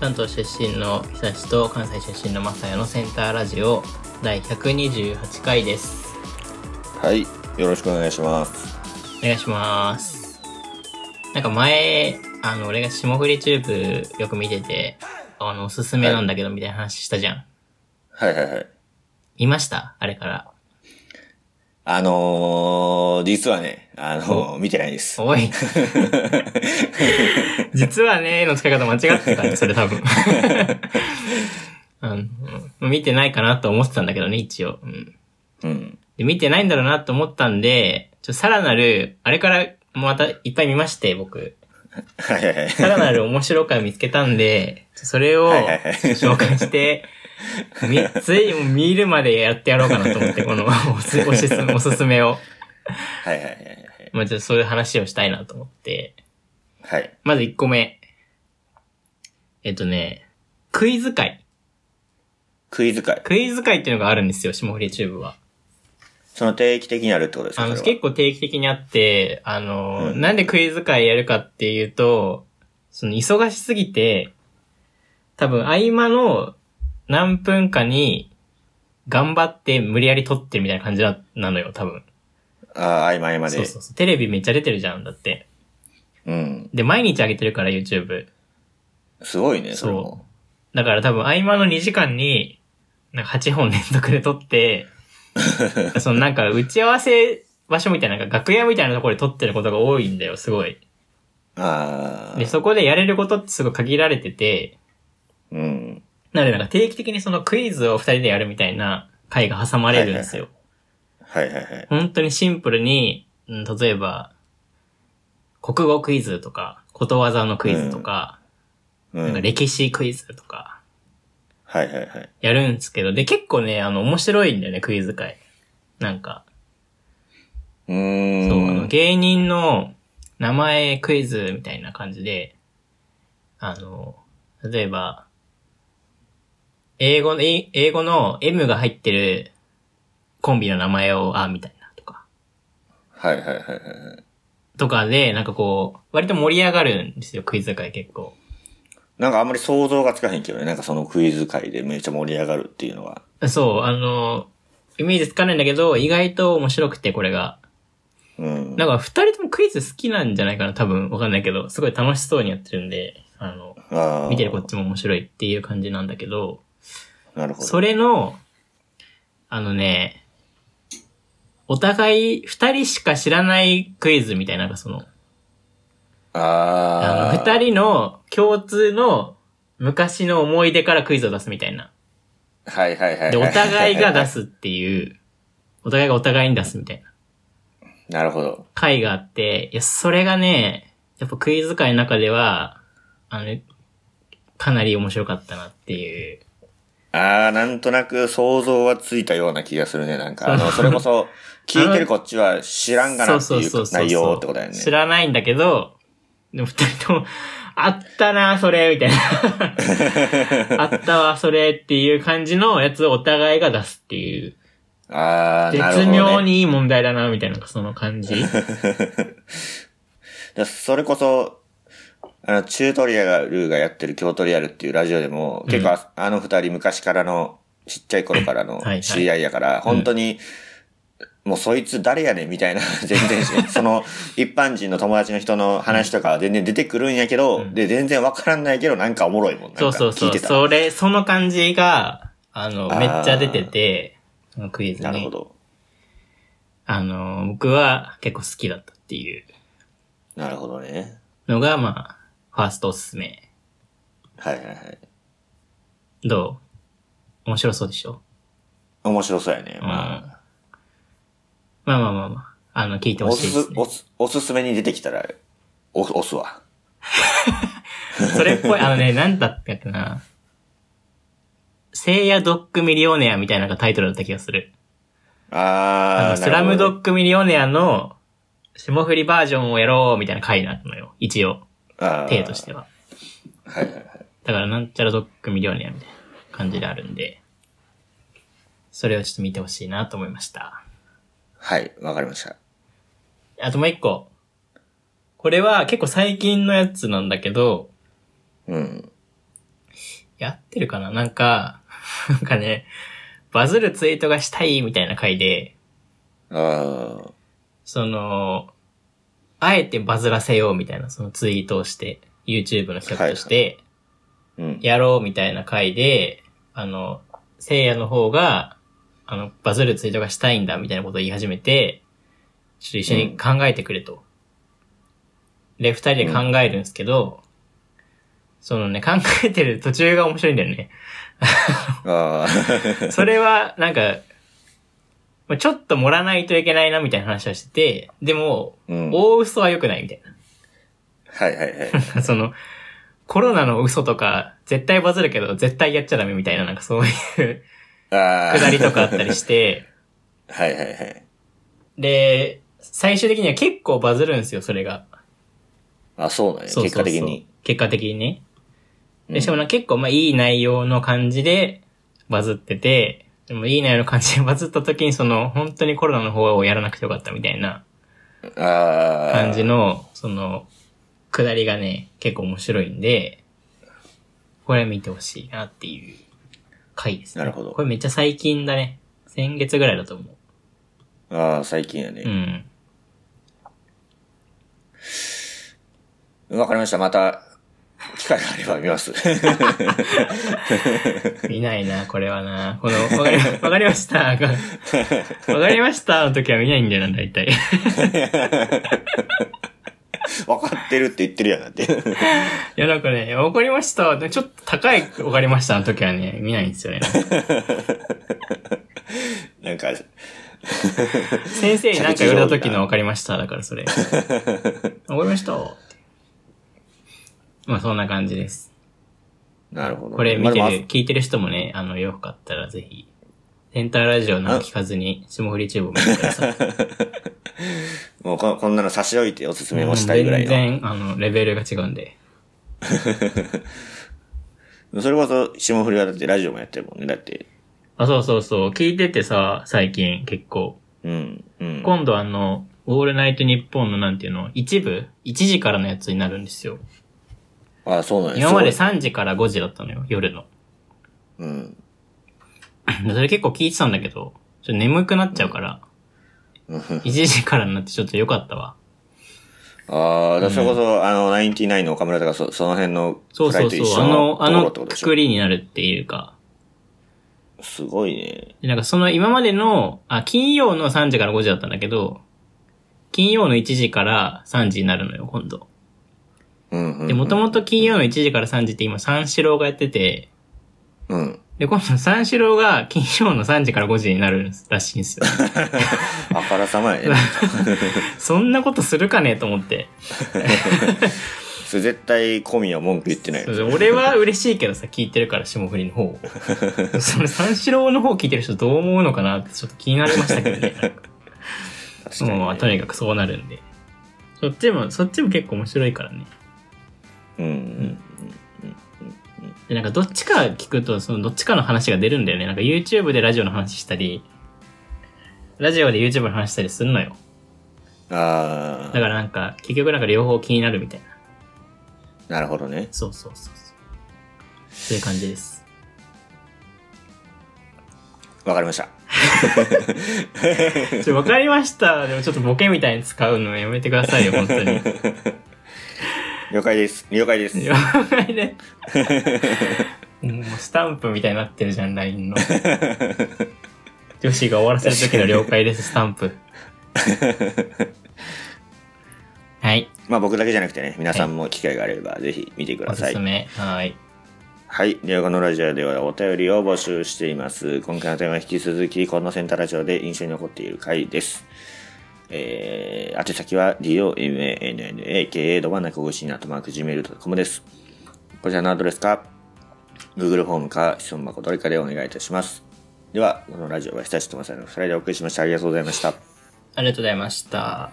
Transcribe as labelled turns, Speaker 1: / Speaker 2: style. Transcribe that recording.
Speaker 1: 関東出身の久志と関西出身の正也のセンターラジオ第128回です
Speaker 2: はい、よろしくお願いします。
Speaker 1: お願いしますなんか前あの俺が霜降りチューブよく見ててあのおすすめなんだけどみたいな話したじゃん、
Speaker 2: はいはいはい。
Speaker 1: 見ましたあれから
Speaker 2: あのー、実はね、あのー、見てないです。
Speaker 1: おい実はねの使い方間違ってたねそれ多分あの見てないかなと思ってたんだけどね一応、うん
Speaker 2: うん。
Speaker 1: で、見てないんだろうなと思ったんで、ちょ、さらなる、あれからまたいっぱい見まして、僕。
Speaker 2: はいはいはい。
Speaker 1: さらな る面白回を見つけたんで、ちょそれを
Speaker 2: はいはいはい
Speaker 1: 紹介して、みつい、見るまでやってやろうかなと思って、このおすおすす めおすすめを。
Speaker 2: はいはいはいはい。
Speaker 1: まあ、ちょっとそういう話をしたいなと思って。
Speaker 2: はい。
Speaker 1: まず1個目。えっとね、クイズ会。
Speaker 2: クイズ会。
Speaker 1: クイズ会っていうのがあるんですよ、霜降りチューブは。
Speaker 2: その定期的にあるってことですか
Speaker 1: あの、
Speaker 2: それ
Speaker 1: 結構定期的にあって、あの、
Speaker 2: うん
Speaker 1: なんでクイズ会やるかっていうと、その、忙しすぎて、多分、合間の何分かに、頑張って無理やり撮ってみたいな感じななのよ、多分。
Speaker 2: は。あー、曖昧まで。
Speaker 1: そうそうそう。テレビめっちゃ出てるじゃん、だって。
Speaker 2: うん。
Speaker 1: で、毎日上げてるから、YouTube。
Speaker 2: すごいね、そ
Speaker 1: そ
Speaker 2: れも。
Speaker 1: う。だから多分、合間の2時間に、なんか8本連続で撮 って、そのなんか、打ち合わせ場所みたいな、なんか楽屋みたいなところで撮ってることが多いんだよ、すごい。
Speaker 2: あ
Speaker 1: で、
Speaker 2: ー。
Speaker 1: そこでやれることってすごい限られてて、
Speaker 2: うん。
Speaker 1: なのでなんか定期的にそのクイズを二人でやるみたいな回が挟まれるんですよ。
Speaker 2: はいはいはい。
Speaker 1: 本当にシンプルに、うん例えば、国語クイズとか、ことわざのクイズとか、
Speaker 2: う
Speaker 1: なんか
Speaker 2: ん。
Speaker 1: 歴史クイズとか、
Speaker 2: はいはいはい。
Speaker 1: やるんですけど、で、結構ね、あの、面白いんだよね、クイズ会。なんか、
Speaker 2: う
Speaker 1: そう、あ
Speaker 2: ー
Speaker 1: の、
Speaker 2: ん。
Speaker 1: 芸人の名前クイズみたいな感じで、あの、例えば、英語の、い英語の M が入ってるコンビの名前を、あ、みたいなとか、
Speaker 2: はいはいはいはいはい。
Speaker 1: とかで、なんかこう、割と盛り上がるんですよ、クイズ界結構。
Speaker 2: なんかあんまり想像がつかへんけどね、なんかそのクイズ会でめっちゃ盛り上がるっていうのは。
Speaker 1: そう、あの、イメージつかないんだけど、意外と面白くて、これが。
Speaker 2: うん。
Speaker 1: なんか、二人ともクイズ好きなんじゃないかな、多分、わかんないけど、すごい楽しそうにやってるんで、あの、
Speaker 2: あー
Speaker 1: 見てるこっちも面白いっていう感じなんだけど、
Speaker 2: なるほど。
Speaker 1: それの、あのね、お互い二人しか知らないクイズみたいな、なんかその、
Speaker 2: あ
Speaker 1: あ
Speaker 2: ー。
Speaker 1: の、二人の共通の昔の思い出からクイズを出すみたいな。
Speaker 2: はいはいは い。
Speaker 1: で、お互いが出
Speaker 2: す。
Speaker 1: すっていう、お互いがお互いに出すみたいな
Speaker 2: なるほど。
Speaker 1: 回があって、いや、それがね、やっぱクイズ界の中では、あの、かなり面白かったなっていう。
Speaker 2: ああ、なんとなく想像はついたような気がするね。なんか、あの、それこそ、聞いてるこっちは知らんがなっていう内容ってことだよね。
Speaker 1: 知らないんだけど、でも二人とも、 あったな、それ、みたい な。あったわ、それっていう感じのやつをお互いが出すっていう。
Speaker 2: ああ、なる
Speaker 1: 絶
Speaker 2: ほ
Speaker 1: 妙
Speaker 2: ど、ね。
Speaker 1: にいい問題だな、みたいな、その感 じ。
Speaker 2: でそれこそ、あの、チュートリアルがやってる京トリアルっていうラジオでも、結構あ、あの二人昔からの、ちっちゃい頃からの
Speaker 1: はいはい
Speaker 2: 知り合いやから、本当に、もうそいつ誰やねんみたいな、 全然し、その、一般人の友達の人の話とかは全然出てくるんやけど、で、全然わからんないけど、なんかおもろいもん。なんか
Speaker 1: そうそう
Speaker 2: 聞
Speaker 1: そ。
Speaker 2: いうてた
Speaker 1: それ、その感じが、あの、
Speaker 2: あー
Speaker 1: めっちゃ出てて、そのクイズ
Speaker 2: なるほ
Speaker 1: に。
Speaker 2: ど。
Speaker 1: あの、僕は結構好きだったっていう
Speaker 2: なるほどね。
Speaker 1: のが、まあ、ファーストおすすめ。
Speaker 2: はいはいはい。
Speaker 1: どう面白そうでしょ
Speaker 2: 面白そうやね。
Speaker 1: うん
Speaker 2: まあ、
Speaker 1: まあまあまあまあ。あの、聞いてほ
Speaker 2: お
Speaker 1: し
Speaker 2: す
Speaker 1: いですす、ね。
Speaker 2: おす、おすすめに出てきたら、お、押すわ。
Speaker 1: それっぽい、あのね、なんだったっけな。聖夜ドッグミリオネアみたいなのがタイトルだった気がする。あ
Speaker 2: あ
Speaker 1: の、
Speaker 2: ー、
Speaker 1: スラムド
Speaker 2: グ。
Speaker 1: ッグミリオネアの霜降りバージョンをやろうみたいな回なのよ。一応、
Speaker 2: あー
Speaker 1: 体としては。
Speaker 2: はいはいはい。
Speaker 1: だから、なんちゃらドッグミリオネアみたいな感じであるんで、それをちょっと見てほしいなと思いました。
Speaker 2: はい、わかりました。
Speaker 1: あともう一個。これは結構最近のやつなんだけど、
Speaker 2: うん。
Speaker 1: やってるかななんか、 なんかね、バズるツイートがしたいみたいな回で、
Speaker 2: ああ。
Speaker 1: その、あえてバズらせようみたいな、そのツイートをして、YouTube の企画として、
Speaker 2: うん。
Speaker 1: やろうみたいな回で、あの、聖夜の方が、あの、バズるツイートがしたいんだみたいなことを言い始めて、ちょっと一緒に考えてくれと。で、二人で考えるんですけど、そのね、考えてる途中が面白いんだよね。
Speaker 2: ああ。
Speaker 1: それは、なんか、まあちょっと盛らないといけないなみたいな話をしてて、でも、
Speaker 2: うん。はい
Speaker 1: 大嘘は良くないみたい
Speaker 2: はいはい。
Speaker 1: な。 その、コロナの嘘とか、絶対バズるけど、絶対やっちゃダメみたいな、なんかそういう
Speaker 2: ああ。
Speaker 1: くだりと かあったりして、
Speaker 2: はいはいはい。
Speaker 1: で、最終的には結構バズるんですよ、それが。
Speaker 2: あ、そうなんや。
Speaker 1: そうそう
Speaker 2: 結
Speaker 1: そう
Speaker 2: 果的に。。
Speaker 1: 結果的にね。
Speaker 2: う
Speaker 1: で、
Speaker 2: ん
Speaker 1: しかもなんか結構まあいい内容の感じでバズってて、でもいい内容の感じでバズった時にその本当にコロナの方をやらなくてよかったみたいな
Speaker 2: ああ。
Speaker 1: 感じ。の、その、くだりがね、結構面白いんで、これ見てほしいなっていう回ですね。
Speaker 2: なるほど
Speaker 1: これめっちゃ最近だね。先月ぐらいだと思
Speaker 2: ああ、最近や
Speaker 1: う。う
Speaker 2: ね。
Speaker 1: ん。
Speaker 2: わかりました。また、機会があれば見ます。
Speaker 1: 見ないな、これはな。この、わかり、わかりま した。わかりましたの時は見ないんだよな、大体。
Speaker 2: わかってるって言ってるやんだって。
Speaker 1: いや、なんかね、わかりました。ちょっと高いわかりましたの時はね、見ないんですよね。
Speaker 2: なんか、
Speaker 1: 先生になんか言われた時のわかりました。だからそ れ。わかりました。まあそんな感じです。
Speaker 2: なるほど。
Speaker 1: これ見て
Speaker 2: まあ
Speaker 1: る、聞いてる人もね、あの、よかったらぜひ、センターラジオなんか聞かずに、霜降りチューブを見てください。
Speaker 2: もうここんなの差し置いておすすめもしたいぐらいの。
Speaker 1: 全然、あの、レベルが違うんで。
Speaker 2: それこそ、霜降りはだってラジオもやってるもんね。だって。
Speaker 1: あ、そうそうそう。聞いててさ、最近結構。
Speaker 2: うん。うん。
Speaker 1: 今度あの、オールナイトニッポンのなんていうの、一部 ?1 時からのやつになるんですよ。
Speaker 2: ああ、そうなんや
Speaker 1: 今まです3時から5時だったのよ、夜 の。
Speaker 2: ごいうん。
Speaker 1: それ結構聞いてたんだけど、ちょっと眠くなっちゃうから、1時からになってちょっと良かったわ。
Speaker 2: ああ、だからそれこそ、あの、ナインティナインの岡村とか、そその辺の
Speaker 1: そう
Speaker 2: フラ
Speaker 1: そ
Speaker 2: イ
Speaker 1: う
Speaker 2: と一
Speaker 1: そう、
Speaker 2: 緒
Speaker 1: あ
Speaker 2: の
Speaker 1: の、あ
Speaker 2: ところ
Speaker 1: の
Speaker 2: ってことでし
Speaker 1: 作
Speaker 2: ょ。
Speaker 1: りになるっていうか、
Speaker 2: すごいね。
Speaker 1: でなんかその今までの、あ、金曜の3時から5時だったんだけど、金曜の1時から3時になるのよ、今度。
Speaker 2: うんうんうん。
Speaker 1: で、もともと金曜の1時から3時って今三四郎がやってて、
Speaker 2: うん。
Speaker 1: で、今度三四郎が金曜の3時から5時になるらしいんです よ。
Speaker 2: あからさまや ね。
Speaker 1: そんなことするかねと思って。
Speaker 2: それ絶対、小宮は文句言ってない。
Speaker 1: 俺は嬉しいけどさ、聞いてるから、霜降りの 方を。それ、三四郎の方聞いてる人どう思うのかなってちょっと気になりましたけどね。
Speaker 2: 確かにね
Speaker 1: もう、とにかくそうなるんで。そっちも、そっちも結構面白いからね。
Speaker 2: うんうん。
Speaker 1: で、なんかどっちか聞くと、そのどっちかの話が出るんだよね。なんか YouTube でラジオの話したり、ラジオで YouTube の話したりすんのよ。
Speaker 2: あ
Speaker 1: だか
Speaker 2: あ、
Speaker 1: らなんか、結局なんか両方気になるみたいな。
Speaker 2: なるほどね。
Speaker 1: そうそうそうそう。そういう感じです。
Speaker 2: わかりました。
Speaker 1: ちょ、わかりました。でもちょっとボケみたいに使うのやめてくださいよ、本当に。
Speaker 2: 了解です。了解です。
Speaker 1: 了解で。もうスタンプみたいになってるじゃん、LINE の。女子が終わらせる時の了解です、スタンプ。はい、
Speaker 2: まあ僕だけじゃなくてね、皆さんも機会があればぜひ見てく
Speaker 1: お
Speaker 2: だ
Speaker 1: す
Speaker 2: さい。
Speaker 1: すめ。はい。
Speaker 2: はい。では、このラジオではお便りを募集しています。今回のテーマは引き続き、このセンターラジオで印象に残っている回です。えー、宛先は domannaka ドバナコごしにあとマーク gmail.com です。こちらのアドレスか、Google フォームか、質問箱どれかでお願いいたします。では、このラジオは久しぶりの2人でお送りしました。ありがとうございました。
Speaker 1: ありがとうございました。